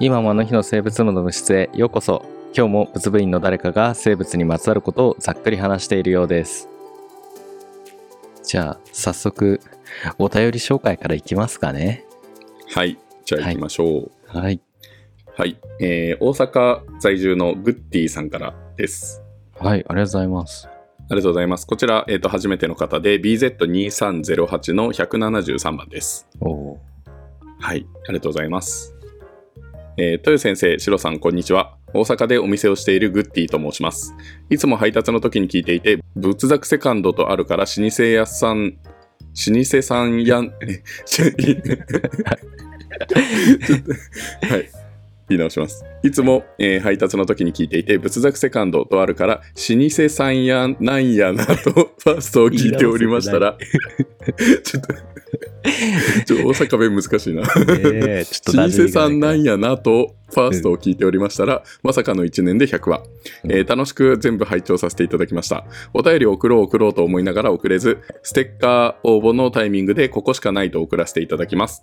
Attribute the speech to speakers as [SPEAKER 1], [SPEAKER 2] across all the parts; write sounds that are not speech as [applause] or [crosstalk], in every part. [SPEAKER 1] 今もあの日の生物部の部室へようこそ今日も物部員の誰かが生物にまつわることをざっくり話しているようですじゃあ早速お便り紹介からいきますかね
[SPEAKER 2] はい。じゃあ行きましょう。
[SPEAKER 1] はい
[SPEAKER 2] はい。えー大阪在住のグッティさんからです。
[SPEAKER 1] はいありがとうございます
[SPEAKER 2] ありがとうございます。こちら、えっ、と、初めての方で BZ2308 の173番です。
[SPEAKER 1] おお
[SPEAKER 2] はい。ありがとうございます。えー、豊先生、シロさん、こんにちは。大阪でお店をしているグッティと申します。いつも配達の時に聞いていて、仏作セカンドとあるから老舗屋さん、老舗さんやん、え、 [laughs] ちょちょっとはい。言い直します。いつも、えー配達の時に聞いていて、仏作セカンドとあるから、老舗さんやなんやなと、 [laughs] ファーストを聞いておりましたら、 [laughs] ちょっと、ちょっと大阪弁難しいな。
[SPEAKER 1] [laughs] ええちょっと
[SPEAKER 2] 老
[SPEAKER 1] 馴染み
[SPEAKER 2] 舗
[SPEAKER 1] が
[SPEAKER 2] さ
[SPEAKER 1] い
[SPEAKER 2] んなんやなと、ファーストを聞いておりましたら、まさかの1年で100話、えー楽しく全部拝聴させていただきました。お便りを送ろう送ろうと思いながら送れず、ステッカー応募のタイミングでここしかないと送らせていただきます。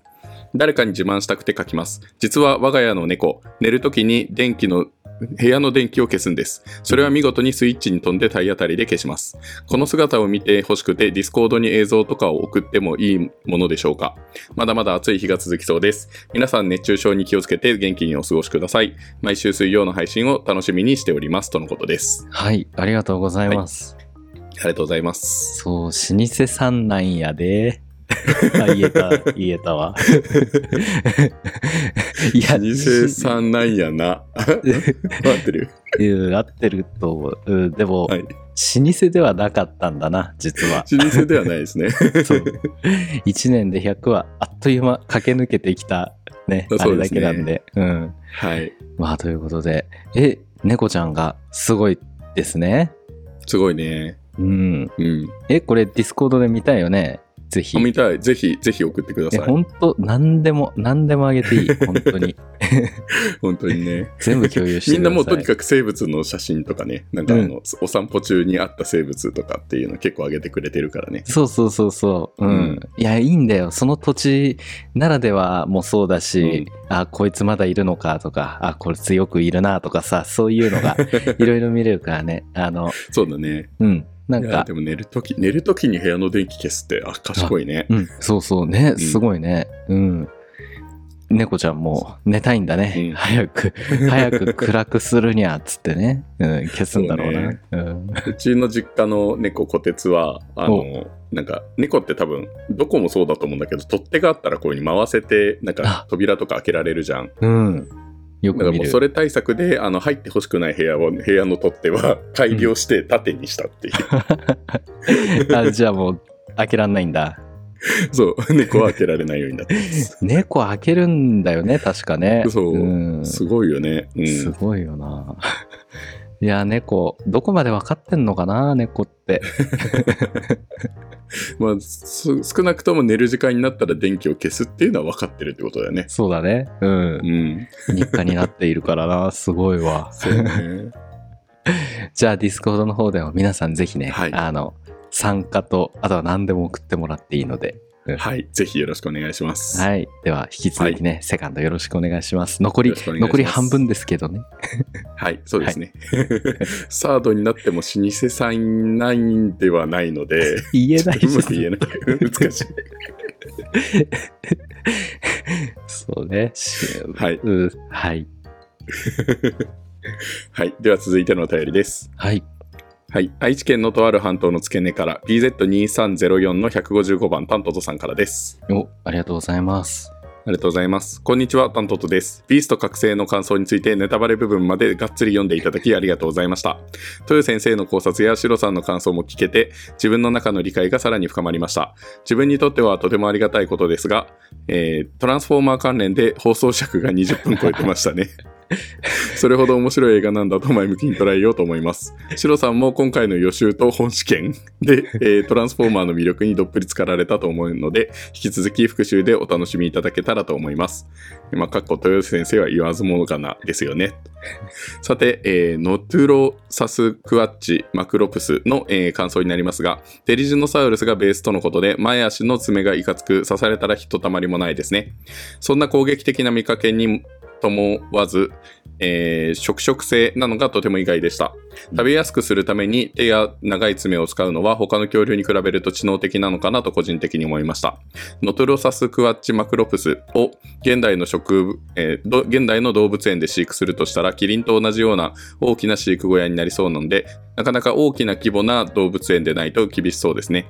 [SPEAKER 2] 誰かに自慢したくて書きます。実は我が家の猫、寝るときに電気の部屋の電気を消すんです。それは見事にスイッチに飛んで体当たりで消します。この姿を見て欲しくて、ディスコードに映像とかを送ってもいいものでしょうか。まだまだ暑い日が続きそうです。皆さん熱中症に気をつけて元気にお過ごしください。毎週水曜の配信を楽しみにしております。とのことです。
[SPEAKER 1] はいありがとうございます、
[SPEAKER 2] ありがとうござ
[SPEAKER 1] [laughs]
[SPEAKER 2] います。
[SPEAKER 1] そう老舗さんなんや [laughs] であ言えた言えた [laughs] わいや
[SPEAKER 2] 二世
[SPEAKER 1] [laughs]
[SPEAKER 2] さんなんやな。待ってる。
[SPEAKER 1] うん、合ってると思う、うん、でも、
[SPEAKER 2] はい
[SPEAKER 1] 老舗ではなかったんだな実
[SPEAKER 2] [laughs]
[SPEAKER 1] は
[SPEAKER 2] 老舗ではないですね。
[SPEAKER 1] そう1年で100はあっという間駆け抜けてきたねあ
[SPEAKER 2] そう
[SPEAKER 1] れだ
[SPEAKER 2] です
[SPEAKER 1] け
[SPEAKER 2] ね
[SPEAKER 1] なんでうん
[SPEAKER 2] はい。
[SPEAKER 1] まあということでえ猫ちゃんがすごいですね
[SPEAKER 2] すごいね。
[SPEAKER 1] うん
[SPEAKER 2] うん。
[SPEAKER 1] えこれディスコードで見たいよねぜひ
[SPEAKER 2] 見たい。ぜひ、ぜひ送ってくだ
[SPEAKER 1] え
[SPEAKER 2] さい。
[SPEAKER 1] 本当何でも何でもあげていい本当に
[SPEAKER 2] 本
[SPEAKER 1] [laughs]
[SPEAKER 2] 当にね。
[SPEAKER 1] 全部共有して
[SPEAKER 2] み
[SPEAKER 1] く
[SPEAKER 2] ん
[SPEAKER 1] ださい
[SPEAKER 2] なもうとにかく生物の写真とかね、なんかあの、お散歩中にあった生物とかっていうの結構上げてくれてるからね。
[SPEAKER 1] そうそうそうそう。うん。
[SPEAKER 2] うん
[SPEAKER 1] いや、いいんだよ。その土地ならではもそうだし、あ、こいつまだいるのかとか、あ、こいつよくいるなとかさ、そういうの
[SPEAKER 2] [laughs]
[SPEAKER 1] がいろいろ見れるからね。あの、
[SPEAKER 2] そうだね。
[SPEAKER 1] うん。なん
[SPEAKER 2] いや
[SPEAKER 1] か
[SPEAKER 2] で、も寝るとき、寝るときに部屋の電気消すって、あ、賢いね。
[SPEAKER 1] うん。そうそうね。
[SPEAKER 2] ん
[SPEAKER 1] すごいね。うん。猫ちゃんも寝たいんだね。
[SPEAKER 2] うん
[SPEAKER 1] 早く、早く暗くするにゃ、つってね。うん。消すんだろうな。う
[SPEAKER 2] そうね
[SPEAKER 1] ん。
[SPEAKER 2] うちの実家の猫小鉄は、あの、なんか猫って多分、どこもそうだと思うんだけど、取っ手があったらこういうふうに回せて、なん
[SPEAKER 1] あ
[SPEAKER 2] か扉とか開けられるじゃん。
[SPEAKER 1] うん。よ
[SPEAKER 2] だから
[SPEAKER 1] く見
[SPEAKER 2] もう
[SPEAKER 1] る。
[SPEAKER 2] それ対策で、あの、入ってほしくない部屋を、部屋の取っ手は改良して縦にした
[SPEAKER 1] [laughs]
[SPEAKER 2] っていう。
[SPEAKER 1] あ、じゃあもう、開けらんないんだ。
[SPEAKER 2] そう、猫は開けられないようになってます。
[SPEAKER 1] 猫開けるんだよね確かね
[SPEAKER 2] そうんすごいよね。うん。
[SPEAKER 1] すごいよな [laughs] いや猫どこまで分かってんのかな猫って
[SPEAKER 2] まあ、す少なくとも寝る時間になったら電気を消すっていうのは分かってるってことだよね。
[SPEAKER 1] そうだねうん
[SPEAKER 2] うん。
[SPEAKER 1] 日課になっているからなすごいわ
[SPEAKER 2] そう
[SPEAKER 1] [laughs]
[SPEAKER 2] ね。
[SPEAKER 1] じゃあディスコードの方でも皆さんぜひね、
[SPEAKER 2] はい
[SPEAKER 1] あの参加とあとは何でも送ってもらっていいので
[SPEAKER 2] はい。ぜひよろしくお願いします。い。
[SPEAKER 1] はいでは引き続きね、セカンドよろしくお願いします残り
[SPEAKER 2] よろしくお願いします
[SPEAKER 1] 残り半分ですけどね
[SPEAKER 2] はい、そうですね。 [laughs] サードになっても老舗さんなんではないので、
[SPEAKER 1] 言えない
[SPEAKER 2] ちょっとうまく [laughs] 言えない。難しい。
[SPEAKER 1] そうねし
[SPEAKER 2] はい。
[SPEAKER 1] うんはい
[SPEAKER 2] はい。では続いてのお便りです。
[SPEAKER 1] はい
[SPEAKER 2] はい。愛知県のとある半島の付け根から BZ2304 の155番タントトさんからです。
[SPEAKER 1] おありがとうございます
[SPEAKER 2] ありがとうございます。こんにちは、タントトです。ビースト覚醒の感想についてネタバレ部分までがっつり読んでいただきありがとうございました。豊先生の考察やシロさんの感想も聞けて、自分の中の理解がさらに深まりました。自分にとってはとてもありがたいことですが、えートランスフォーマー関連で放送尺が20分超えてましたね。 [laughs] それほど面白い映画なんだと前向きに捉えようと思います。シロさんも今回の予習と本試験で、えートランスフォーマーの魅力にどっぷりつかられたと思うので、引き続き復習でお楽しみいただけたらと思います。まあ、かっこ豊先生は言わずものかなですよね。 [laughs] さて、えーノトゥロサスクワッチマクロプスの、えー感想になりますが、テリジノサウルスがベースとのことで、前足の爪がいかつく刺されたらひとたまりもないですね。そんな攻撃的な見かけにともわず、えー、食食性なのがとても意外でした。食べやすくするために手や長い爪を使うのは他の恐竜に比べると知能的なのかなと個人的に思いました。ノトロサスクワッチマクロプスを現代の植、えーど現代の動物園で飼育するとしたらキリンと同じような大きな飼育小屋になりそうなので、なかなか大きな規模な動物園でないと厳しそうですね。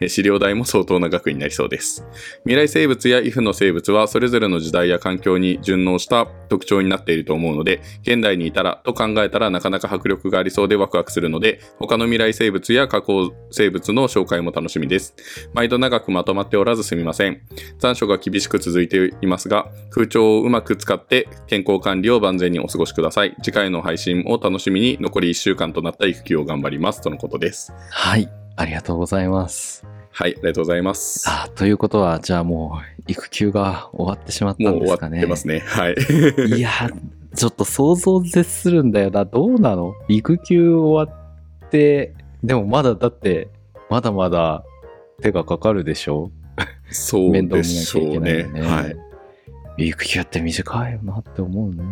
[SPEAKER 2] えー飼料代も相当な額になりそうです。未来生物やイフの生物はそれぞれの時代や環境に順応した特徴になっていると思うので、現代にいたらと考えたらなかなか迫力がありそうでワクワクするので、他の未来生物や加工生物の紹介も楽しみです。毎度長くまとまっておらずすみません。残暑が厳しく続いていますが、空調をうまく使って健康管理を万全にお過ごしください。次回の配信を楽しみに残り1週間となった育休を頑張ります。とのことです。
[SPEAKER 1] はい。ありがとうございます。
[SPEAKER 2] はい、ありがとうございます。
[SPEAKER 1] あということは、じゃあもう、育休が終わってしまった
[SPEAKER 2] も
[SPEAKER 1] ん
[SPEAKER 2] う
[SPEAKER 1] で
[SPEAKER 2] 終わ
[SPEAKER 1] す
[SPEAKER 2] っ
[SPEAKER 1] かね。
[SPEAKER 2] てますね。はい。
[SPEAKER 1] いやー、ちょっと想像を絶するんだよな。どうなの育休終わって、でもまだだって、まだまだ手がかかるでしょ
[SPEAKER 2] そう
[SPEAKER 1] 面倒
[SPEAKER 2] で
[SPEAKER 1] 見な
[SPEAKER 2] し
[SPEAKER 1] きゃい
[SPEAKER 2] ょ
[SPEAKER 1] け
[SPEAKER 2] う
[SPEAKER 1] ない
[SPEAKER 2] ね。
[SPEAKER 1] よね。
[SPEAKER 2] はい。
[SPEAKER 1] 育休って短いよなって思う
[SPEAKER 2] [laughs]
[SPEAKER 1] ね。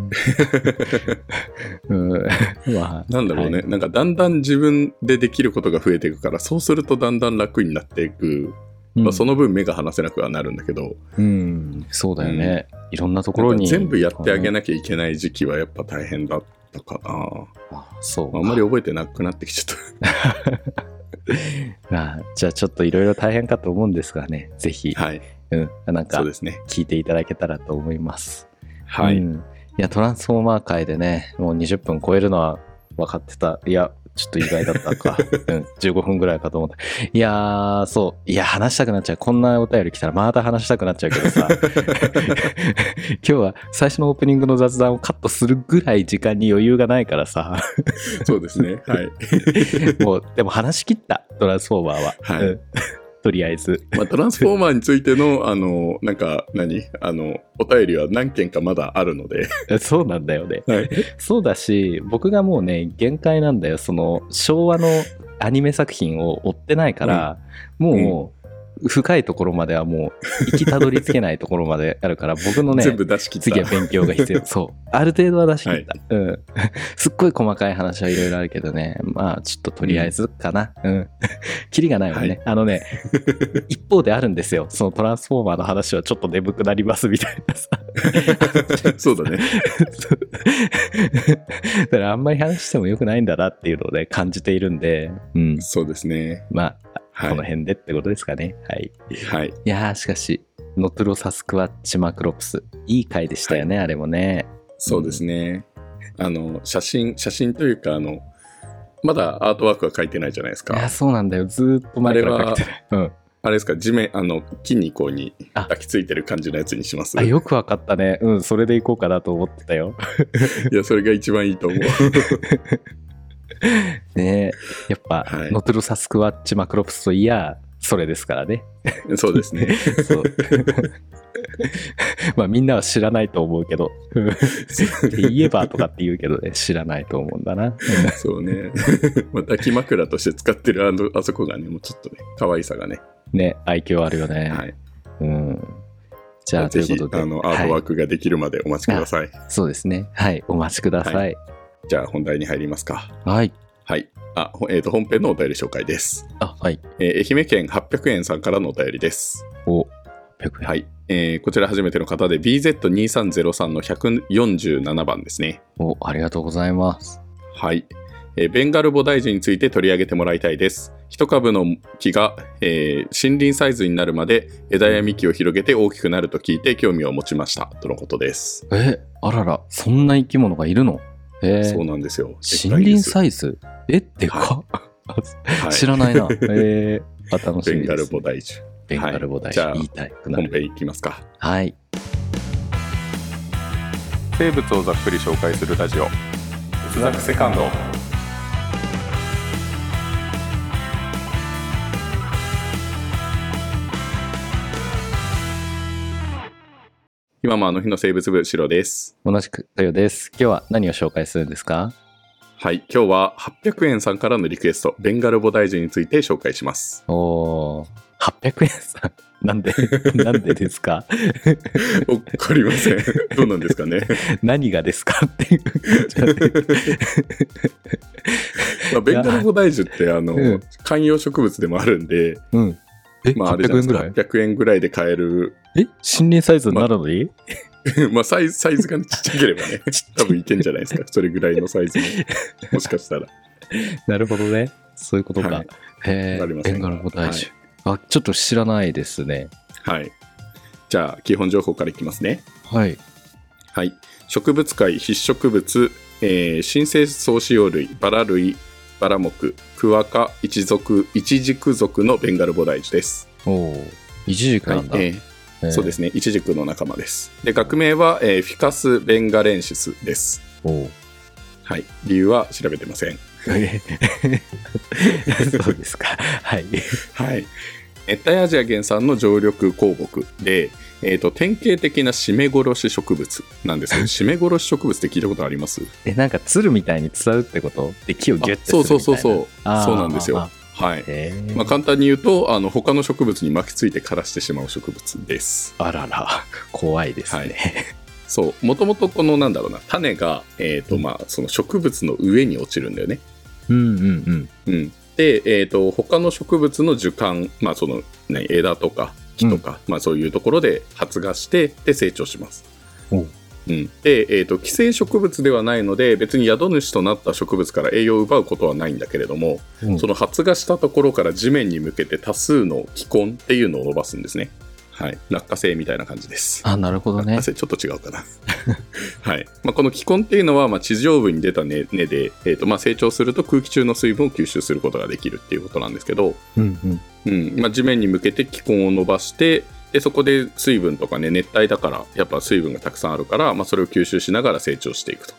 [SPEAKER 1] うん。 [laughs] まあ、
[SPEAKER 2] なんだろうね、
[SPEAKER 1] はい
[SPEAKER 2] なんかだんだん自分でできることが増えていくから、そうするとだんだん楽になっていく、
[SPEAKER 1] うん
[SPEAKER 2] まあ、その分目が離せなくはなるんだけど、
[SPEAKER 1] うん、そうだよね。いろんなところ
[SPEAKER 2] なん
[SPEAKER 1] に。
[SPEAKER 2] か全部やってあげ
[SPEAKER 1] い。
[SPEAKER 2] なきゃいけない時期はやっぱ大変だったかな。
[SPEAKER 1] そう。
[SPEAKER 2] あんまり覚えてなくなってきちゃっ
[SPEAKER 1] まあじゃあちょっといろいろ大変かと思うんですがね、ぜひ、
[SPEAKER 2] [laughs] た。はい、
[SPEAKER 1] うん、なん
[SPEAKER 2] そ
[SPEAKER 1] か
[SPEAKER 2] うですね。
[SPEAKER 1] 聞いていただけたらと思います。
[SPEAKER 2] はい、
[SPEAKER 1] うんいや、トランスフォーマー界でね、もう20分超えるのは分かってた。いや、ちょっと意外だった
[SPEAKER 2] [laughs]
[SPEAKER 1] か。うん、15分ぐらいかと思った。いやー、そう。いや、話したくなっちゃう。こんなお便り来たらまた話したくなっちゃうけど
[SPEAKER 2] [laughs]
[SPEAKER 1] さ。 [laughs] 今日は最初のオープニングの雑談をカットするぐらい時間に余裕がないからさ。
[SPEAKER 2] そうですね。はい。
[SPEAKER 1] [laughs] もう、でも話し切った、トランスフォーマーは。
[SPEAKER 2] はい
[SPEAKER 1] うん [laughs] とりあえず。
[SPEAKER 2] [laughs]
[SPEAKER 1] [laughs]
[SPEAKER 2] まあ、トランスフォーマーについて [laughs] の、あの、なんか何、あの、お便りは何件かまだあるので、
[SPEAKER 1] そうなんだよね。
[SPEAKER 2] [laughs] はい
[SPEAKER 1] そうだし、僕がもうね、限界なんだよ。その、昭和のアニメ作品を追ってないから、もう、深いところまではもう、行きたどり着けないところまであるから、僕 [laughs] のね、
[SPEAKER 2] 全部出し切った。
[SPEAKER 1] 次は勉強が必要。そう。ある程度は出し切った。うん。 [laughs] すっごい細かい話はいろいろあるけどね。まあ、ちょっととりあえずかな。うん。 [laughs] キリがないわね。
[SPEAKER 2] はい
[SPEAKER 1] あの
[SPEAKER 2] [laughs]
[SPEAKER 1] ね、一方であるんですよ。そのトランスフォーマーの話はちょっと眠くなりますみたいなさ。
[SPEAKER 2] [laughs]
[SPEAKER 1] [laughs]
[SPEAKER 2] そうだね。
[SPEAKER 1] そうだからあんまり話してもよくないんだなっていうのをね、感じているんで、うん。
[SPEAKER 2] そうですね。
[SPEAKER 1] まあ、
[SPEAKER 2] は
[SPEAKER 1] この
[SPEAKER 2] い。
[SPEAKER 1] 辺でってことですかね。はい。
[SPEAKER 2] はい。
[SPEAKER 1] いやー、しかし、ノトロサスクワッチマクロプス、いい回でしたよね、あれもね。
[SPEAKER 2] そうですね。あの、写真、写真というか、あの、まだアートワークは書いてないじゃないです
[SPEAKER 1] いや、
[SPEAKER 2] か。
[SPEAKER 1] そうなんだよ。ずーっと前からかけてない。うん。
[SPEAKER 2] あれですか、地面、あの、木にこうに
[SPEAKER 1] あ
[SPEAKER 2] 抱きついてる感じのやつにします。
[SPEAKER 1] あ、
[SPEAKER 2] い
[SPEAKER 1] よくわかったね。うん、それでいこうかなと思ってた
[SPEAKER 2] [laughs]
[SPEAKER 1] よ。
[SPEAKER 2] や、それが一番いいと思う。
[SPEAKER 1] [laughs] ねえやっぱ、
[SPEAKER 2] はい
[SPEAKER 1] ノトロサスクワッチマクロプスといや、それですからね。
[SPEAKER 2] そうです
[SPEAKER 1] [laughs]
[SPEAKER 2] ね。
[SPEAKER 1] そう。まあみんなは知らないと思うけど、うんって言えばとかって言うけどね、知らないと思うんだな。
[SPEAKER 2] そうね。 [laughs] まあ抱き枕として使ってるあの、あそこがね、もうちょっとね、可愛さがね。
[SPEAKER 1] ね、愛嬌あるよね。
[SPEAKER 2] はい。
[SPEAKER 1] うん。じゃあ、と
[SPEAKER 2] ぜ
[SPEAKER 1] いう
[SPEAKER 2] ひ、
[SPEAKER 1] ことで、
[SPEAKER 2] あの、アートワー
[SPEAKER 1] は
[SPEAKER 2] クができるまでお待ちください。
[SPEAKER 1] い、そうですね。はい、お待ちください。
[SPEAKER 2] じゃあ、本題に入りますか。
[SPEAKER 1] はい。
[SPEAKER 2] はい。あ、ほえっ、と、本編のお便り紹介です。
[SPEAKER 1] あ、はい。
[SPEAKER 2] えー愛媛県800円さんからのお便りです。
[SPEAKER 1] お、100円。
[SPEAKER 2] はい、えーこちら初めての方で BZ2303 の147番ですね。
[SPEAKER 1] お、ありがとうございます。
[SPEAKER 2] はい、えーベンガルボ大樹について取り上げてもらいたいです。一株の木が、えー森林サイズになるまで枝や幹を広げて大きくなると聞いて興味を持ちましたとのことです。
[SPEAKER 1] え、あらら、そんな生き物がいるのえー
[SPEAKER 2] そうなんですよ。
[SPEAKER 1] 森林サイズえ、でかっ、
[SPEAKER 2] イズ、はい
[SPEAKER 1] 知らないな。えー、あ楽し
[SPEAKER 2] [laughs] ベ
[SPEAKER 1] み
[SPEAKER 2] ン
[SPEAKER 1] です。
[SPEAKER 2] ガルボ大樹。
[SPEAKER 1] ベンガルボ大
[SPEAKER 2] はい
[SPEAKER 1] 臣
[SPEAKER 2] じゃあ
[SPEAKER 1] 言いたいくな
[SPEAKER 2] 本
[SPEAKER 1] る。
[SPEAKER 2] 編いきますか。
[SPEAKER 1] はい。
[SPEAKER 2] 生物をざっくり紹介するラジオ「ザクセカンド」今もあの日の生物部シロです
[SPEAKER 1] 同じく、とよです。今日は何を紹介するんですか
[SPEAKER 2] はい今日は800円さんからのリクエストベンガルボダイジュについて紹介します
[SPEAKER 1] おー、 800円さん。なん
[SPEAKER 2] [laughs]
[SPEAKER 1] でなんでですか [laughs]
[SPEAKER 2] わかりません。 [laughs] どうなんですかね。
[SPEAKER 1] 何がですかっていう [laughs] 感じなんで。
[SPEAKER 2] まあ、ベンガルボダイジュって、あの、
[SPEAKER 1] うん
[SPEAKER 2] 観葉植物でもあるんで、
[SPEAKER 1] うん。え、
[SPEAKER 2] まあ、あれじゃ
[SPEAKER 1] 800円
[SPEAKER 2] な
[SPEAKER 1] ぐら
[SPEAKER 2] い
[SPEAKER 1] い
[SPEAKER 2] ですか。100円ぐらいで買える。
[SPEAKER 1] え森林サイズになるのに、
[SPEAKER 2] [laughs] まあ、サイズ、サイズがねちっちゃければね、
[SPEAKER 1] [laughs] ちっちゃ
[SPEAKER 2] 多
[SPEAKER 1] い
[SPEAKER 2] 分いけんじゃないですか。それぐらいのサイ
[SPEAKER 1] [laughs]
[SPEAKER 2] ズも。もしかしたら。
[SPEAKER 1] なるほどね。そういうことか。
[SPEAKER 2] はい
[SPEAKER 1] へ
[SPEAKER 2] わかり
[SPEAKER 1] え、
[SPEAKER 2] ませ
[SPEAKER 1] ベ
[SPEAKER 2] ん
[SPEAKER 1] ンガルボ大樹、あ、ちょっと知らないですね。
[SPEAKER 2] はい。じゃあ、基本情報からいきますね。
[SPEAKER 1] はい。
[SPEAKER 2] はい、植物界必植物、えー新生総使用類バラ類バラ目クワ科一族一軸属のベンガルボダイジュです、
[SPEAKER 1] おお。一時間
[SPEAKER 2] はい
[SPEAKER 1] なんだ。。
[SPEAKER 2] えーそうですすね一軸の仲間ですで学名は、えーフィカス・ベンガレンシスです、
[SPEAKER 1] おお。
[SPEAKER 2] はい、理由は調べてません、 [laughs]
[SPEAKER 1] そうですか。はい。
[SPEAKER 2] はい、熱帯アジア原産の常緑鉱木で、えー、と典型的な締め殺し植物なんです
[SPEAKER 1] [laughs]
[SPEAKER 2] けど締め殺し植物って聞いたことあります
[SPEAKER 1] え、なんか、鶴みたいに伝うってことで、木をギュッてするみ
[SPEAKER 2] そう
[SPEAKER 1] たいな。
[SPEAKER 2] そうそうそう
[SPEAKER 1] あー
[SPEAKER 2] そうなんですよ
[SPEAKER 1] あ
[SPEAKER 2] はい
[SPEAKER 1] へえ。
[SPEAKER 2] まあ、簡単に言うとあの他の植物に巻きついて枯らしてしまう植物です。
[SPEAKER 1] あらら、怖いですね。
[SPEAKER 2] そうもともとこのなんだろうな種が、えーとまあ、その植物の上に落ちるんだよね。
[SPEAKER 1] うんうんうん。
[SPEAKER 2] うん、で、えー、と他の植物の樹幹、まあ、その何枝とか木とか、まあ、そういうところで発芽してで成長します。
[SPEAKER 1] おう
[SPEAKER 2] うん、で、えー、と寄生植物ではないので別に宿主となった植物から栄養を奪うことはないんだけれども、
[SPEAKER 1] うん
[SPEAKER 2] その発芽したところから地面に向けて多数の気根っていうのを伸ばすんですね。はい、落花生みたいな感じです。
[SPEAKER 1] あ、なるほど
[SPEAKER 2] 落
[SPEAKER 1] ね
[SPEAKER 2] 花。生ちょっと違うかな。 [laughs] はいまあ、この気根っていうのは、まあ、地上部に出た根根で、えーとまあ、成長すると空気中の水分を吸収することができるっていうことなんですけど、
[SPEAKER 1] うんうん。
[SPEAKER 2] うんまあ、地面に向けて気根を伸ばしてでそこで水分とかね熱帯だからやっぱ水分がたくさんあるから、まあ、それを吸収しながら成長していくと。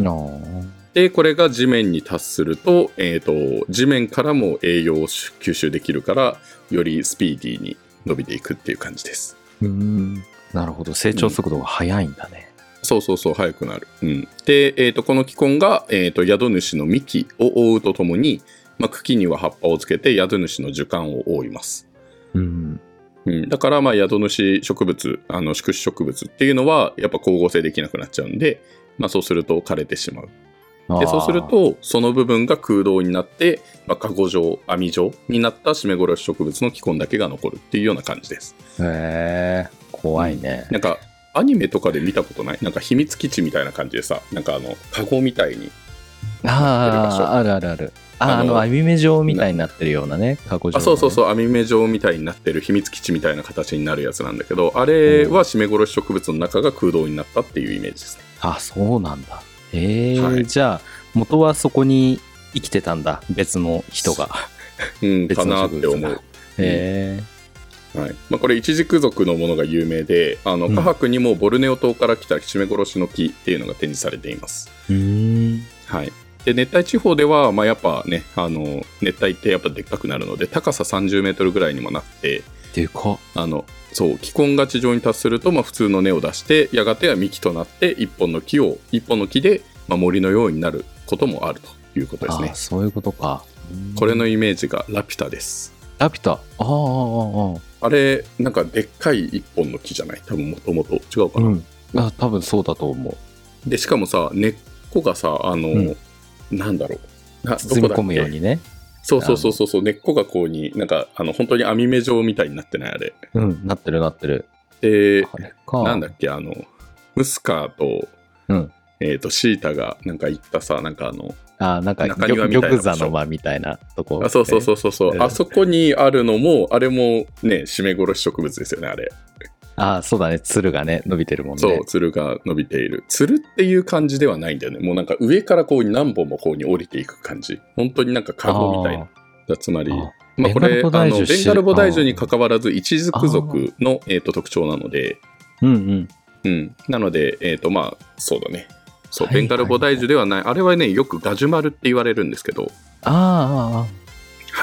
[SPEAKER 1] なあ
[SPEAKER 2] でこれが地面に達すると,、えーと地面からも栄養を吸収できるからよりスピーディーに伸びていくっていう感じです
[SPEAKER 1] うーん。なるほど。成長速度が速いんだね。
[SPEAKER 2] そうそうそう速くなる、うん、で、えーとこの気根が、えーと宿主の幹を覆うとともに、まあ、茎には葉っぱをつけて宿主の樹幹を覆います
[SPEAKER 1] うん。
[SPEAKER 2] うん、だからまあ宿主植物あの宿主植物っていうのはやっぱ光合成できなくなっちゃうんで、まあ、そうすると枯れてしまう
[SPEAKER 1] あ
[SPEAKER 2] で
[SPEAKER 1] ー
[SPEAKER 2] そうする、とその部分が空洞になって、まあ、カゴ状網状になった締め殺し植物の気根だけが残るっていうような感じです
[SPEAKER 1] へえ、怖いね。
[SPEAKER 2] なんかアニメとかで見たことないなんか秘密基地みたいな感じでさなんかあのカゴみたいに
[SPEAKER 1] ああ、あるあるある。ああ
[SPEAKER 2] あの
[SPEAKER 1] の、網目状みたいになってるようなね、過去状、
[SPEAKER 2] あそうそうそう網目状みたいになってる秘密基地みたいな形になるやつなんだけどあれは締め殺し植物の中が空洞になったっていうイメージですね
[SPEAKER 1] あ、そうなんだ。ええ
[SPEAKER 2] はい
[SPEAKER 1] じゃあ、元はそこに生きてたんだ、別の人が。
[SPEAKER 2] うん
[SPEAKER 1] 別
[SPEAKER 2] かな
[SPEAKER 1] の
[SPEAKER 2] っ
[SPEAKER 1] 植
[SPEAKER 2] て
[SPEAKER 1] 物
[SPEAKER 2] 思
[SPEAKER 1] が
[SPEAKER 2] う
[SPEAKER 1] へえ。
[SPEAKER 2] はいまあ、これ一軸族のものが有名であの
[SPEAKER 1] うん
[SPEAKER 2] カハクにもボルネオ島から来た締め殺しの木っていうのが展示されています、
[SPEAKER 1] うーん。
[SPEAKER 2] はい、で熱帯地方では、まあ、やっぱねあの熱帯ってやっぱでっかくなるので高さ3 0ルぐらいにもなって
[SPEAKER 1] でかっ
[SPEAKER 2] あのそう気根が地上に達すると、まあ、普通の根を出してやがては幹となって一本の木を一本の木で、まあ、森のようになることもあるということです
[SPEAKER 1] あ
[SPEAKER 2] ね
[SPEAKER 1] ーそういうことか。うん
[SPEAKER 2] これのイメージがラピュタです
[SPEAKER 1] ラピュタ。あーあー、あー
[SPEAKER 2] あれなんかでっかい一本の木じゃない多分もともと違うか
[SPEAKER 1] あー
[SPEAKER 2] な、
[SPEAKER 1] うん。あ多分そうだと思う。
[SPEAKER 2] でしかもさ根っこがさあの、
[SPEAKER 1] うん
[SPEAKER 2] なんだろうな
[SPEAKER 1] 包み込むよう
[SPEAKER 2] どこだ
[SPEAKER 1] に
[SPEAKER 2] っけ
[SPEAKER 1] ね。
[SPEAKER 2] そうそうそうそうそう根っこがこうになんかあの本当に網目状みたいになってないあれ
[SPEAKER 1] うん、なってるなってる。
[SPEAKER 2] で
[SPEAKER 1] あれか。
[SPEAKER 2] なんだっけあのムスカーと,、
[SPEAKER 1] うん
[SPEAKER 2] えー、とシータがなんか言ったさなんかあの
[SPEAKER 1] あーなんか
[SPEAKER 2] 中庭みたいな
[SPEAKER 1] 玉座の間みたいなとこ。
[SPEAKER 2] あそうそうそうそうそう、
[SPEAKER 1] うん
[SPEAKER 2] あそこにあるのもあれもね締め殺し植物ですよねあれ
[SPEAKER 1] あーそうだね。鶴がね、伸びてるもんね。
[SPEAKER 2] そうつるが伸びているつるっていう感じではないんだよねもうなんか上からこう何本もこうに降りていく感じ本当になんかカゴみたいなつまり
[SPEAKER 1] あ
[SPEAKER 2] まあ、これ
[SPEAKER 1] ベンガルボ
[SPEAKER 2] あ
[SPEAKER 1] ダイジュ
[SPEAKER 2] の
[SPEAKER 1] 知
[SPEAKER 2] ベンガルボダイジュにかかわらず一族族の、えー、と特徴なので、
[SPEAKER 1] ーうんうん。
[SPEAKER 2] うん、なので、えーとまあ、そうだねそう、
[SPEAKER 1] はいはい
[SPEAKER 2] ベンガルボダイジュではないあれはねよくガジュマルって言われるんですけど
[SPEAKER 1] あーあーあ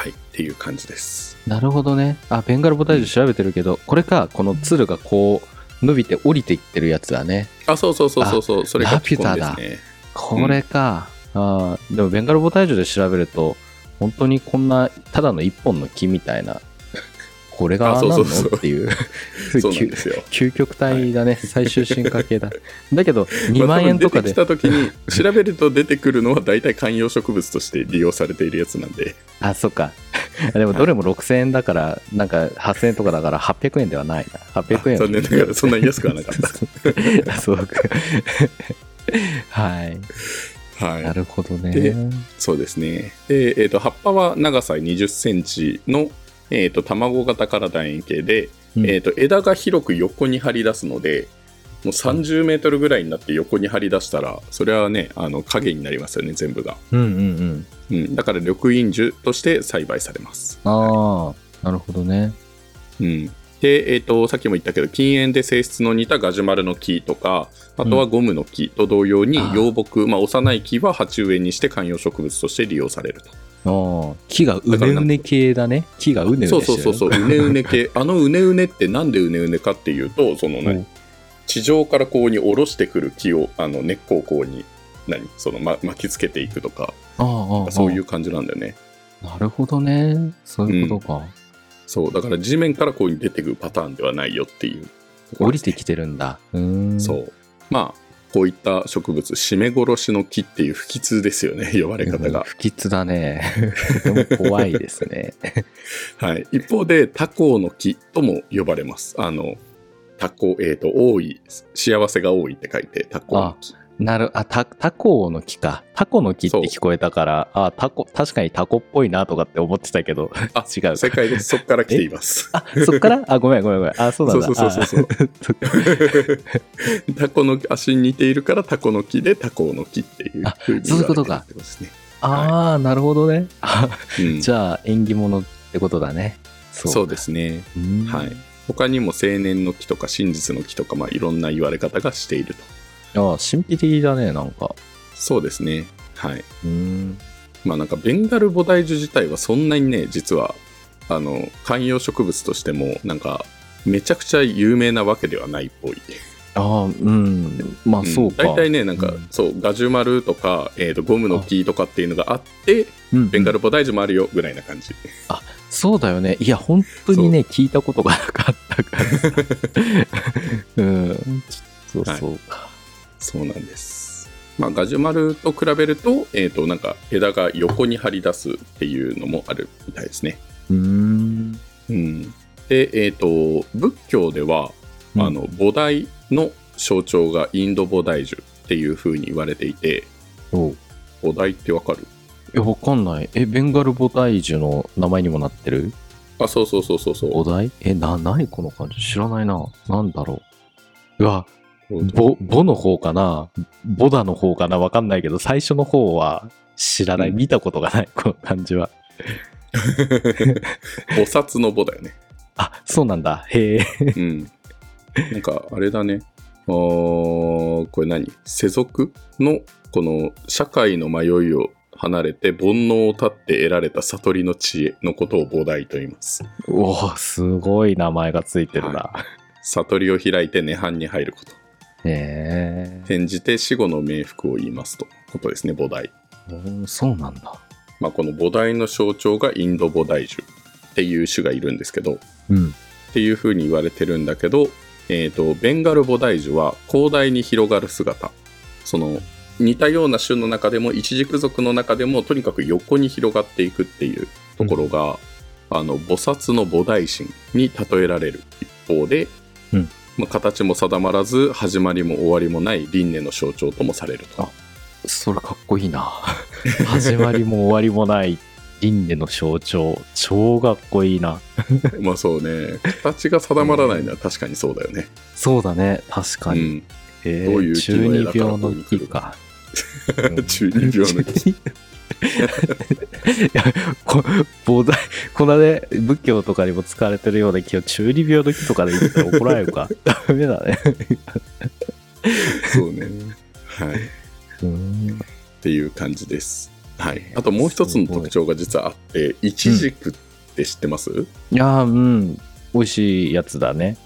[SPEAKER 2] はいっていう感じです
[SPEAKER 1] ー、なるほどね。あ、ベンガルボタージュ調べてるけど、これか、この鶴がこう、伸びて降りていってるやつだね。
[SPEAKER 2] あそうそうそうそうそうそれが
[SPEAKER 1] ラピ
[SPEAKER 2] 基
[SPEAKER 1] ュタ
[SPEAKER 2] 本で
[SPEAKER 1] だ
[SPEAKER 2] すね
[SPEAKER 1] これか。あーでも、ベンガルボタージュで調べると、本当にこんな、ただの一本の木みたいなこれがああ
[SPEAKER 2] あそう
[SPEAKER 1] な
[SPEAKER 2] そ
[SPEAKER 1] んの
[SPEAKER 2] うそう
[SPEAKER 1] っていう
[SPEAKER 2] そうな
[SPEAKER 1] [laughs]
[SPEAKER 2] ん
[SPEAKER 1] 究
[SPEAKER 2] ですよ。
[SPEAKER 1] 究極体だね、最終進化系だだけど2
[SPEAKER 2] [laughs] まあ
[SPEAKER 1] 万円とかで、
[SPEAKER 2] 多分出てきた時に調べると出てくるのは大体観葉植物として利用されているやつなんで
[SPEAKER 1] あそっかでもどれも6000円だからなんか8000円とかだから800円ではないな800円
[SPEAKER 2] 残念ながら [laughs] そんなに安くはなかっ
[SPEAKER 1] [laughs]
[SPEAKER 2] た
[SPEAKER 1] そうかはい
[SPEAKER 2] た。はい
[SPEAKER 1] なるほど
[SPEAKER 2] で
[SPEAKER 1] ね
[SPEAKER 2] そうですね。で、えー、と葉っぱは長さ20センチの、えー、と卵型から楕円形で、
[SPEAKER 1] うん
[SPEAKER 2] えー、と枝が広く横に張り出すので、もう30メートルぐらいになって横に張り出したら、それはね、あの影になりますよね、全部が。
[SPEAKER 1] うんうんうん
[SPEAKER 2] うん、だから緑陰樹として栽培されます。
[SPEAKER 1] ああなるほどね
[SPEAKER 2] うん、で、えーと、さっきも言ったけど、禁煙で性質の似たガジュマルの木とか、あとはゴムの木と同様に
[SPEAKER 1] あー
[SPEAKER 2] 幼木、まあ、幼い木は鉢植えにして観葉植物として利用されると。
[SPEAKER 1] あー木がうねうね系だね木がうねうね
[SPEAKER 2] そう
[SPEAKER 1] して
[SPEAKER 2] そ
[SPEAKER 1] る
[SPEAKER 2] うそうそう、うねう
[SPEAKER 1] [laughs]
[SPEAKER 2] ね系。あのうねうねってなんでうねうねかっていうと、その何、
[SPEAKER 1] うん
[SPEAKER 2] 地上からこうに下ろしてくる木を、あの根っこをこうに、何その、ま、巻きつけていくとか、
[SPEAKER 1] あーあー
[SPEAKER 2] そういう感じなんだよね。
[SPEAKER 1] なるほどねそういうことか、
[SPEAKER 2] そう、だから地面からこうに出てくるパターンではないよっていう。
[SPEAKER 1] 降りてきてるんだうーん
[SPEAKER 2] そう。まあ、こういった植物、締め殺しの木っていう不吉ですよね、 [laughs] 呼ばれ方
[SPEAKER 1] うん
[SPEAKER 2] が。
[SPEAKER 1] 不吉だね [laughs] とても怖いですね
[SPEAKER 2] はい。一方で、タコの木とも呼ばれます。あの、タコ、えっ、と、多い、幸せが多いって書いて、タコの木。
[SPEAKER 1] なる、あ、た、タコの木か。タコの木って
[SPEAKER 2] そう
[SPEAKER 1] 聞こえたから、あ、タコ、確かにタコっぽいなとかって思ってたけど、
[SPEAKER 2] あ
[SPEAKER 1] [laughs] 違う。
[SPEAKER 2] 正解です。そこから来ています。
[SPEAKER 1] あ、
[SPEAKER 2] [laughs]
[SPEAKER 1] そっからあ、ごめんごめんごめん。あ、そうな
[SPEAKER 2] そ
[SPEAKER 1] んだ。
[SPEAKER 2] うそうそうそうそう。
[SPEAKER 1] あそっか
[SPEAKER 2] タコの足に似ているからタコの木でタコの木っていう
[SPEAKER 1] あ
[SPEAKER 2] ふうに
[SPEAKER 1] そういうこと
[SPEAKER 2] 言わ
[SPEAKER 1] か
[SPEAKER 2] れてるってですね。
[SPEAKER 1] あー、なるほどね。あ
[SPEAKER 2] うん
[SPEAKER 1] じゃあ、縁起物ってことだね。そう。
[SPEAKER 2] そうですね。
[SPEAKER 1] うん
[SPEAKER 2] はい。他にも青年の木とか真実の木とか、まあ、いろんな言われ方がしていると。
[SPEAKER 1] あ、神秘的だね、なんか。
[SPEAKER 2] そうですね。はい。
[SPEAKER 1] うん。
[SPEAKER 2] まあなんかベンガルボダイジュ自体はそんなにね、実は、あの、観葉植物としても、なんか、めちゃくちゃ有名なわけではないっぽい。
[SPEAKER 1] あーうん。まあ、そうか。
[SPEAKER 2] ん大体ね、なんか、
[SPEAKER 1] うん
[SPEAKER 2] そう、ガジュマルとか、えーと、ゴムの木とかっていうのがあって、
[SPEAKER 1] うん
[SPEAKER 2] ベンガルボダイジュもあるよぐらいな感じ。 [laughs]
[SPEAKER 1] そうだよね。いや、本当にね、聞いたことがなかったから
[SPEAKER 2] [laughs]
[SPEAKER 1] さ。うん。そうそうか。
[SPEAKER 2] そうなんです。まあ、ガジュマルと比べると、えっ、と、なんか枝が横に張り出すっていうのもあるみたいですね。
[SPEAKER 1] うーん。
[SPEAKER 2] うん。で、えっ、と、仏教では、
[SPEAKER 1] うん
[SPEAKER 2] あの、菩提の象徴がインド菩提樹っていう風に言われていて、
[SPEAKER 1] おう
[SPEAKER 2] 菩提ってわかる
[SPEAKER 1] え、わかんない。え、ベンガルボダイジュの名前にもなってる
[SPEAKER 2] あ、そうそうそうそうそ
[SPEAKER 1] お
[SPEAKER 2] う。
[SPEAKER 1] 題え、な、なにこの感じ知らないな。なんだろう。うわ、
[SPEAKER 2] ぼ
[SPEAKER 1] ぼ、ぼの方かなボダの方かなわかんないけど、最初の方は知らない。
[SPEAKER 2] うん
[SPEAKER 1] 見たことがない、この感じは。
[SPEAKER 2] 菩薩の菩だよね。
[SPEAKER 1] あ、そうなんだ。へえ。
[SPEAKER 2] うん。なんか、あれだね。あーこれ何世俗の、この、社会の迷いを離れて、煩悩を絶って得られた悟りの知恵のことを菩提と言います。
[SPEAKER 1] おおすごい名前がついてるな。
[SPEAKER 2] 悟りを開いて涅槃に入ること。
[SPEAKER 1] へえ。
[SPEAKER 2] 転じて死後の冥福を言いますと。ことですね、菩提。
[SPEAKER 1] うんそうなんだ。
[SPEAKER 2] まあ、この菩提の象徴がインド菩提樹っていう種がいるんですけど、っ
[SPEAKER 1] うん。
[SPEAKER 2] ていう風に言われてるんだけど、えっ、と、ベンガル菩提樹は広大に広がる姿。その、似たような種の中でも、一軸族の中でも、とにかく横に広がっていくっていうところが、あの、菩薩の菩提心に例えられる一方で、
[SPEAKER 1] うん
[SPEAKER 2] まあ、形も定まらず、始まりも終わりもない輪廻の象徴ともされると。
[SPEAKER 1] それかっこいいな。始まりも終わりもない輪廻の象徴。超かっこいいな。
[SPEAKER 2] [laughs] まあそうね形が定まらないのは確かにそうだよね、
[SPEAKER 1] そうだね、確
[SPEAKER 2] う
[SPEAKER 1] かに。
[SPEAKER 2] ん、
[SPEAKER 1] え
[SPEAKER 2] どういう木の絵
[SPEAKER 1] 12
[SPEAKER 2] だから
[SPEAKER 1] 秒
[SPEAKER 2] こう
[SPEAKER 1] の
[SPEAKER 2] いう木
[SPEAKER 1] 木
[SPEAKER 2] [laughs]
[SPEAKER 1] か。
[SPEAKER 2] 中二病
[SPEAKER 1] [laughs]
[SPEAKER 2] の
[SPEAKER 1] 木。いやこ膨大このね仏教とかにも使われてるような木を中二病の木とかで言ったら怒られる
[SPEAKER 2] [laughs]
[SPEAKER 1] かダメだね
[SPEAKER 2] そ
[SPEAKER 1] [laughs]
[SPEAKER 2] うねはいっ
[SPEAKER 1] うん
[SPEAKER 2] ていう感じですはいあともう一つの特徴が実はあってイチジクって知ってます、
[SPEAKER 1] いやーうん美味しいやつだね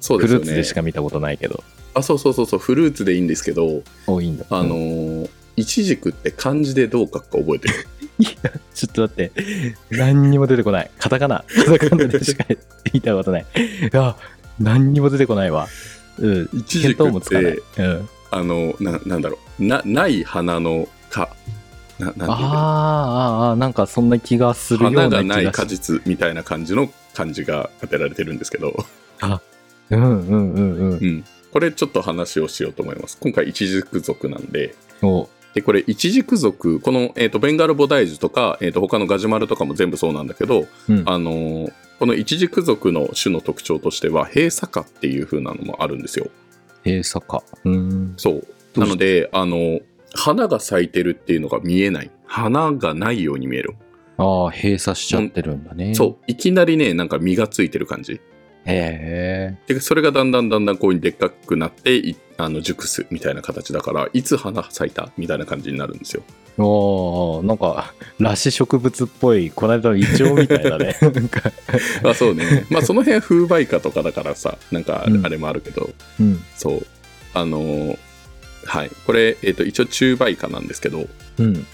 [SPEAKER 2] そうで
[SPEAKER 1] フル
[SPEAKER 2] すよ
[SPEAKER 1] ーツで
[SPEAKER 2] ね
[SPEAKER 1] しか見たことないけど
[SPEAKER 2] あそうそうそうそうフルーツでいいんですけど
[SPEAKER 1] 多いいんだ
[SPEAKER 2] あのーイチジクって漢字でどう書くか覚えてる [laughs]
[SPEAKER 1] ちょっと待って。何にも出てこない。カタカナ。カタカナでしか。見たことない。いや、何にも出てこないわ。うん。
[SPEAKER 2] 一時
[SPEAKER 1] [laughs] 見当
[SPEAKER 2] 期
[SPEAKER 1] も
[SPEAKER 2] っ
[SPEAKER 1] つかない。
[SPEAKER 2] て
[SPEAKER 1] うん。
[SPEAKER 2] あのななんだろうなない花の花ななんてい
[SPEAKER 1] あー
[SPEAKER 2] うの
[SPEAKER 1] あー、あーなんかそんな気がするような
[SPEAKER 2] 花
[SPEAKER 1] 気が
[SPEAKER 2] が
[SPEAKER 1] し
[SPEAKER 2] ない果実みたいな感じの漢字が当てられてるんですけど、
[SPEAKER 1] うんうんうんうん。
[SPEAKER 2] うん、これちょっと話をしようと思います今回一軸族なんで
[SPEAKER 1] お
[SPEAKER 2] でこれ一軸族この、えー、とベンガルボダイジュとか、えー、と他のガジュマルとかも全部そうなんだけど、
[SPEAKER 1] うん
[SPEAKER 2] あのーこの一軸族の種の特徴としては閉鎖化っていう風なのもあるんですよ
[SPEAKER 1] 閉鎖か。うん。
[SPEAKER 2] そう
[SPEAKER 1] どうして
[SPEAKER 2] なのであの花が咲いてるっていうのが見えない花がないように見える、
[SPEAKER 1] ああ、閉鎖しちゃってるんだね。
[SPEAKER 2] そう。いきなりねなんか実がついてる感じ
[SPEAKER 1] へえ。
[SPEAKER 2] でそれがだんだんだんだんこういうでっかくなっていあの熟すみたいな形だからいつ花咲いたみたいな感じになるんですよ
[SPEAKER 1] おーなんか、裸子植物っぽい、この間のイチョウみたいだ [laughs] ね。なんか。
[SPEAKER 2] あそうね。まあその辺は風媒化とかだからさ、なんかあれ
[SPEAKER 1] うん
[SPEAKER 2] あれもあるけど、
[SPEAKER 1] うん。
[SPEAKER 2] そう。あのーはい。これ、えっ、と、一応中媒化なんですけど、
[SPEAKER 1] うん。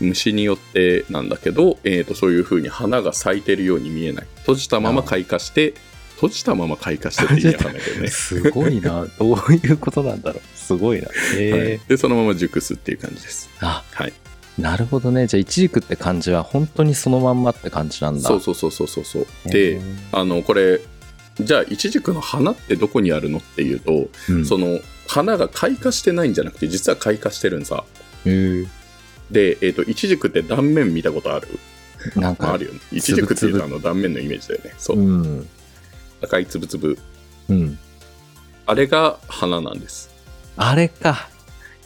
[SPEAKER 2] 虫によってなんだけど、えっ、と、そういう風に花が咲いてるように見えない。閉じたまま開花して、閉じたまま開花してって意味わかんないけどね。
[SPEAKER 1] すごいな。どういうことなんだろう。すごいな。 [laughs] へえ。
[SPEAKER 2] はい、で、そのまま熟すっていう感じです。
[SPEAKER 1] あ、
[SPEAKER 2] はい
[SPEAKER 1] なるほどね。じゃあ、イチジクって感じは本当にそのまんまって感じなんだ。
[SPEAKER 2] そうそうそうそうそうそう。
[SPEAKER 1] へ
[SPEAKER 2] で
[SPEAKER 1] ー、、
[SPEAKER 2] あの、これ、じゃあ、イチジクの花ってどこにあるのっていうと、
[SPEAKER 1] うん、
[SPEAKER 2] その、花が開花してないんじゃなくて、実は開花してるんさ。
[SPEAKER 1] へー
[SPEAKER 2] で、えっ、と、イチジクって断面見たことある、
[SPEAKER 1] なん
[SPEAKER 2] まあ、
[SPEAKER 1] か、
[SPEAKER 2] あるよね。イチジクっていう
[SPEAKER 1] つぶつぶ
[SPEAKER 2] とあの断面のイメージだよね。そうう。
[SPEAKER 1] ん。
[SPEAKER 2] 赤いつぶつぶ。
[SPEAKER 1] うん。
[SPEAKER 2] あれが花なんです。
[SPEAKER 1] あれか。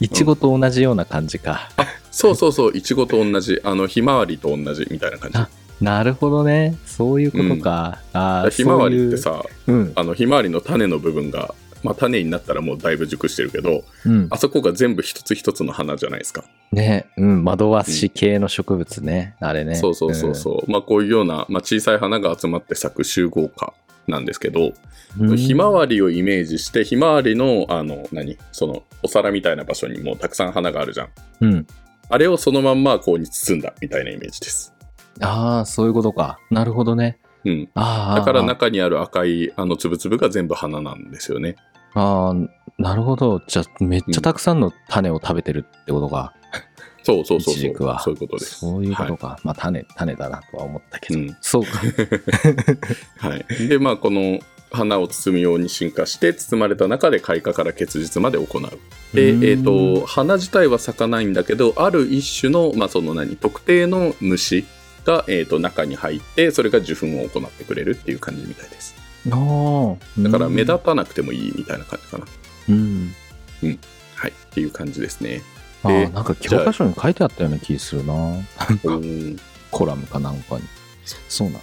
[SPEAKER 1] イチゴと同じような感じか。
[SPEAKER 2] そうそうそう、イチゴと同じ。あの、ひまわりと同じみたいな感じ。
[SPEAKER 1] あなるほどね。そういうことか。ああ、
[SPEAKER 2] ひまわりってさ、
[SPEAKER 1] そういう。
[SPEAKER 2] あの、ひまわりの種の部分が、まあ、種になったらもうだいぶ熟してるけど、
[SPEAKER 1] うん。うん
[SPEAKER 2] あ。そこが全部一つ一つの花じゃないですか。
[SPEAKER 1] ね。うん。惑わし系の植物ね。あれね。
[SPEAKER 2] そうそうそうそう。まあ、こういうような、まあ、小さい花が集まって咲く集合花なんですけど、
[SPEAKER 1] うん。うん。
[SPEAKER 2] ひまわりをイメージしてひまわりのあの何そのお皿みたいな場所にもうたくさん花があるじゃん
[SPEAKER 1] うん。
[SPEAKER 2] あれをそのまんまこうに包んだみたいなイメージです、
[SPEAKER 1] ああ、そういうことか。なるほどね。
[SPEAKER 2] うん、
[SPEAKER 1] ああ。
[SPEAKER 2] だから
[SPEAKER 1] な。
[SPEAKER 2] 中にある赤いあのつぶつぶが全部花なんですよね
[SPEAKER 1] ああ、なるほど。じゃあ、めっちゃたくさんの種を食べてるってことか。
[SPEAKER 2] そうそうそ
[SPEAKER 1] イチ
[SPEAKER 2] うそ
[SPEAKER 1] ジクは
[SPEAKER 2] うそういうことです
[SPEAKER 1] そういうこ
[SPEAKER 2] は
[SPEAKER 1] とか。まあ、種、種だなとは思ったけど。
[SPEAKER 2] うん
[SPEAKER 1] そうか。
[SPEAKER 2] い、はい、でまあこの花を包むように進化して包まれた中で開花から結実まで行うで、え
[SPEAKER 1] うーん
[SPEAKER 2] ー、と花自体は咲かないんだけどある一種の,、まあその何特定の虫が、えー、と中に入ってそれが受粉を行ってくれるっていう感じみたいです
[SPEAKER 1] ああ。
[SPEAKER 2] だから目
[SPEAKER 1] っ
[SPEAKER 2] 立たなくてもいいみたいな感じかな、
[SPEAKER 1] うん。
[SPEAKER 2] はいっていう感じですね
[SPEAKER 1] あ
[SPEAKER 2] で
[SPEAKER 1] あ、なんか教科書に書いてあったような気するな。
[SPEAKER 2] うん
[SPEAKER 1] コラムかなんかに。そうなんだ。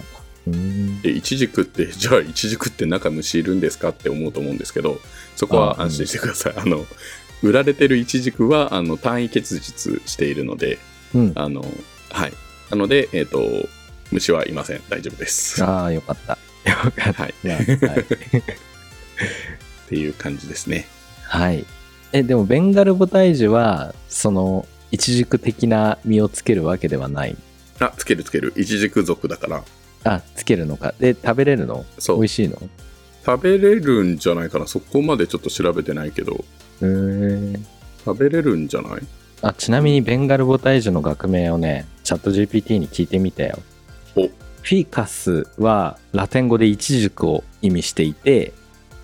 [SPEAKER 1] うーん。
[SPEAKER 2] でイチジクって [laughs] じゃあイチジクって中虫いるんですかって思うと思うんですけどそこは
[SPEAKER 1] あ
[SPEAKER 2] 安心してくださいあの売られてるイチジクはあの単位結実しているので
[SPEAKER 1] うん。
[SPEAKER 2] あのはいなのでえっ、と虫はいません大丈夫です
[SPEAKER 1] ああ、よかった。よかっ。
[SPEAKER 2] はい、った
[SPEAKER 1] [laughs] はい。
[SPEAKER 2] ていう感じですね。
[SPEAKER 1] はい。え、でも、ベンガルボタイジュは、その、一軸的な実をつけるわけではない。
[SPEAKER 2] あ、つけるつける。イチジク族だから。
[SPEAKER 1] あ、つけるのか。で、食べれるの
[SPEAKER 2] そ
[SPEAKER 1] 美
[SPEAKER 2] う
[SPEAKER 1] 味。しいの
[SPEAKER 2] 食べれるんじゃないかな。そこまでちょっと調べてないけど、
[SPEAKER 1] うーん。
[SPEAKER 2] 食べれるんじゃない
[SPEAKER 1] あ、ちなみに、ベンガルボタイジュの学名をね、チャット GPT に聞いてみたよ。
[SPEAKER 2] お
[SPEAKER 1] フィーカスは、ラテン語で一軸を意味していて、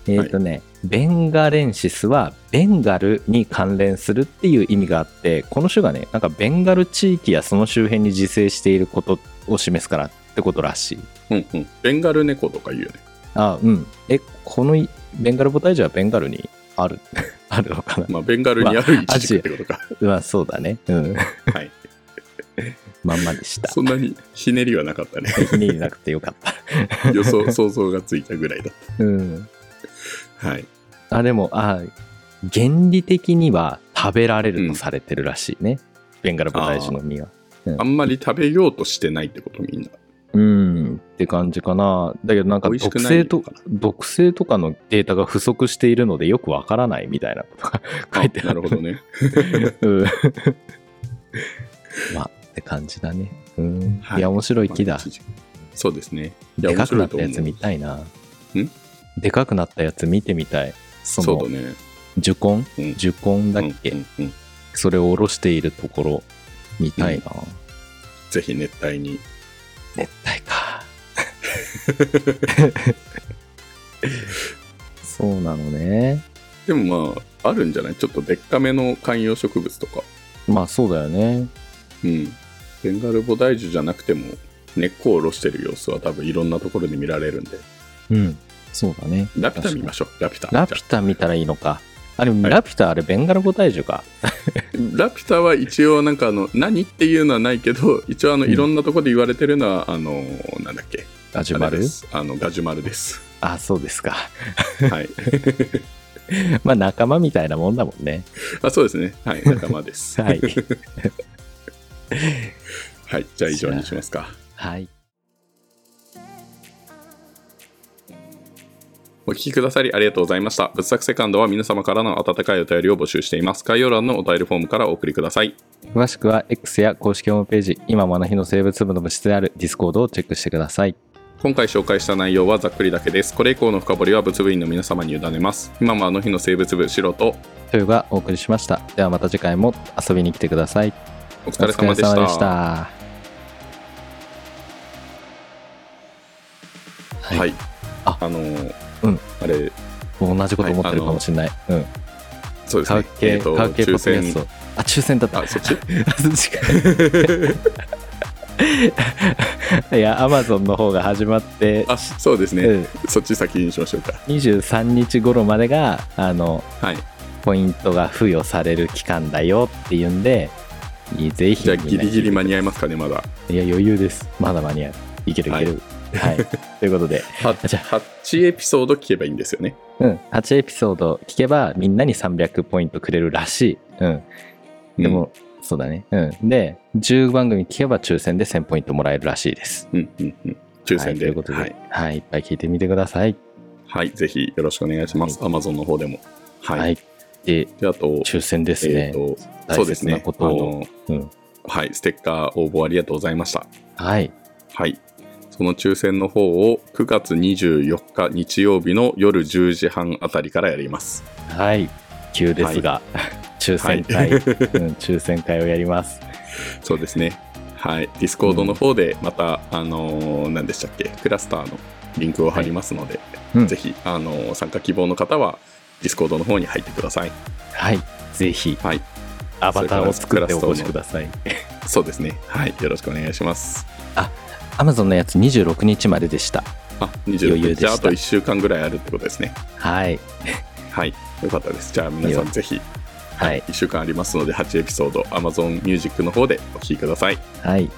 [SPEAKER 1] えっ、とね、ベンガレンシスはベンガルに関連するっていう意味があってこの種がねなんかベンガル地域やその周辺に自生していることを示すからってことらしい
[SPEAKER 2] うんうん。ベンガル猫とか言うよね。
[SPEAKER 1] あうんえこのいベンガルボタイジュはベンガルにある [laughs] あるのかな [laughs]
[SPEAKER 2] まあ、ベンガルにあるイチジクってことか。
[SPEAKER 1] まあそうだねうん
[SPEAKER 2] はい。
[SPEAKER 1] [laughs] まんまで
[SPEAKER 2] [laughs]
[SPEAKER 1] した
[SPEAKER 2] そんなにひねりはなかったね。
[SPEAKER 1] 気に入らなくてよかった [laughs]
[SPEAKER 2] 予想、想像がついたぐらいだっ
[SPEAKER 1] うん
[SPEAKER 2] た。はい。
[SPEAKER 1] あでもあ原理的には食べられるとされてるらしいね、ベンガルボタイジュの実は
[SPEAKER 2] あんまり食べようとしてないってことみんな。
[SPEAKER 1] うんって感じかな。だけどなんか
[SPEAKER 2] 美味し
[SPEAKER 1] 毒
[SPEAKER 2] くない
[SPEAKER 1] 性
[SPEAKER 2] のか
[SPEAKER 1] と
[SPEAKER 2] な
[SPEAKER 1] 毒性とかのデータが不足しているのでよくわからないみたいなことが [laughs] 書いてあ
[SPEAKER 2] な
[SPEAKER 1] る。
[SPEAKER 2] るほどね。
[SPEAKER 1] うん [laughs] まあって感じだね。うん。
[SPEAKER 2] はい
[SPEAKER 1] いや面白い木
[SPEAKER 2] ま
[SPEAKER 1] だ
[SPEAKER 2] あイ。チジクそうですね。いや、
[SPEAKER 1] で
[SPEAKER 2] 面
[SPEAKER 1] かく
[SPEAKER 2] 白
[SPEAKER 1] なっ
[SPEAKER 2] いと
[SPEAKER 1] た
[SPEAKER 2] 思
[SPEAKER 1] やつ
[SPEAKER 2] う。
[SPEAKER 1] 見たいな。でかくなったやつ見てみたい。そ
[SPEAKER 2] そう
[SPEAKER 1] の、
[SPEAKER 2] だね。
[SPEAKER 1] 受根
[SPEAKER 2] うん
[SPEAKER 1] 受根だっけ、
[SPEAKER 2] うんうんうん
[SPEAKER 1] それを下ろしているところ、見たいな。
[SPEAKER 2] ぜひ熱帯に。
[SPEAKER 1] 熱帯か。 [laughs] そうなのね。
[SPEAKER 2] でもまあ、あるんじゃないちょっとでっかめの観葉植物とか。
[SPEAKER 1] まあそうだよね。
[SPEAKER 2] うん。ベンガルボダイジュじゃなくても、根っこを下ろしてる様子は多分いろんなところで見られるんで。
[SPEAKER 1] うん。そうだね。
[SPEAKER 2] ラピュタ見ましょう。ラピュタ。
[SPEAKER 1] ラピュタ見たらいいのか。あれ、
[SPEAKER 2] い
[SPEAKER 1] ラピュタあれ、ベンガルボ体重か。
[SPEAKER 2] ラピュタは一応なんかあの何っていうのはないけど一応あの
[SPEAKER 1] うん
[SPEAKER 2] いろんなとこで言われてるのは、あのなんだっけ
[SPEAKER 1] ガジュ
[SPEAKER 2] あ
[SPEAKER 1] マ
[SPEAKER 2] れ
[SPEAKER 1] ル
[SPEAKER 2] ですあのガジュマルです
[SPEAKER 1] あ、そうですか。 [laughs]
[SPEAKER 2] はい
[SPEAKER 1] まあ仲間みたいなもんだもんね。
[SPEAKER 2] あそうですねはい仲間です
[SPEAKER 1] はい。
[SPEAKER 2] はいじゃあ以上にしますか
[SPEAKER 1] はい。
[SPEAKER 2] お聞きくださりありがとうございました。仏作セカンドは皆様からの温かいお便りを募集しています。概要欄のお便りフォームからお送りください。
[SPEAKER 1] 詳しくは X や公式ホームページ、今学びの生物部の部室であるディスコードをチェックしてください。
[SPEAKER 2] 今回紹介した内容はざっくりだけです。これ以降の深掘りは仏部員の皆様に委ねます。今もあの日の生物部、素人、
[SPEAKER 1] というがお送りしました。ではまた次回も遊びに来てください。
[SPEAKER 2] お疲れ様でし
[SPEAKER 1] お疲れ
[SPEAKER 2] た。
[SPEAKER 1] 様でした。
[SPEAKER 2] はい。
[SPEAKER 1] はい
[SPEAKER 2] あ
[SPEAKER 1] あ
[SPEAKER 2] のー
[SPEAKER 1] うん
[SPEAKER 2] あれ、
[SPEAKER 1] 同じこと思ってるかもしれない。うん。
[SPEAKER 2] そうです
[SPEAKER 1] 科
[SPEAKER 2] ね
[SPEAKER 1] 学。系、
[SPEAKER 2] えーと
[SPEAKER 1] 科学系ポッ
[SPEAKER 2] 抽
[SPEAKER 1] ドキャ
[SPEAKER 2] 選
[SPEAKER 1] ス。ト。あ、抽選だった。
[SPEAKER 2] あ、そっち
[SPEAKER 1] [laughs] いや、アマゾンの方が始まって、
[SPEAKER 2] あ、そうです
[SPEAKER 1] う
[SPEAKER 2] ね。
[SPEAKER 1] ん
[SPEAKER 2] そっち先にしましょうか。
[SPEAKER 1] 23日頃までが、あの、
[SPEAKER 2] はい。
[SPEAKER 1] ポイントが付与される期間だよっていうんで、ぜひ
[SPEAKER 2] じゃ
[SPEAKER 1] み
[SPEAKER 2] あ、
[SPEAKER 1] んな。
[SPEAKER 2] ギリギリ間に合いますかね、まだ。
[SPEAKER 1] いや、余裕です。まだ間に合う。いけるいける。はい。ということで、じゃあ
[SPEAKER 2] 8エピソード聞けばいいんですよね。
[SPEAKER 1] うん、8エピソード聞けば、みんなに300ポイントくれるらしい。うん。でも、そうだね。うん。で、10番組聞けば抽選で1000ポイントもらえるらしいです。
[SPEAKER 2] うん、うん、うん。抽選
[SPEAKER 1] はい、
[SPEAKER 2] で。
[SPEAKER 1] ということで、
[SPEAKER 2] は
[SPEAKER 1] はいい、い、っぱい聞いてみてください。
[SPEAKER 2] はい、ぜひよろしくお願いします。
[SPEAKER 1] は
[SPEAKER 2] Amazon の方でも。はい。
[SPEAKER 1] はい。で、
[SPEAKER 2] で、あと、
[SPEAKER 1] 抽選です
[SPEAKER 2] え
[SPEAKER 1] ね
[SPEAKER 2] っ、。と、そ
[SPEAKER 1] 大
[SPEAKER 2] うです
[SPEAKER 1] 切な
[SPEAKER 2] ね。
[SPEAKER 1] ことを
[SPEAKER 2] あの
[SPEAKER 1] うん。
[SPEAKER 2] はい、ステッカー応募ありがとうございました。
[SPEAKER 1] はい。
[SPEAKER 2] はい。その抽選の方を9月24日日曜日の夜10時半あたりからやります。
[SPEAKER 1] はい。急ですが、抽選会、 [laughs] うん、抽選会をやります。
[SPEAKER 2] そうですね。はい。ディスコードの方で、また、あのー何でしたっけ、クラスターのリンクを貼りますので、
[SPEAKER 1] うん
[SPEAKER 2] ぜひ、あのー参加希望の方は、ディスコードの方に入ってください。
[SPEAKER 1] はい。ぜひ、
[SPEAKER 2] はい。
[SPEAKER 1] アバターを作ってお越しください。
[SPEAKER 2] そうですね。はい。よろしくお願いします。
[SPEAKER 1] Amazon のやつ26日まででした。
[SPEAKER 2] あ、
[SPEAKER 1] 余裕
[SPEAKER 2] 26
[SPEAKER 1] でした
[SPEAKER 2] じゃあ、あと1週間ぐらいあるってことですね。
[SPEAKER 1] はい。
[SPEAKER 2] はい。よかったです。じゃあ、皆さん、ぜひ、
[SPEAKER 1] はい。
[SPEAKER 2] 1週間ありますので、8エピソード、Amazon Music の方でお聴きください。
[SPEAKER 1] はい。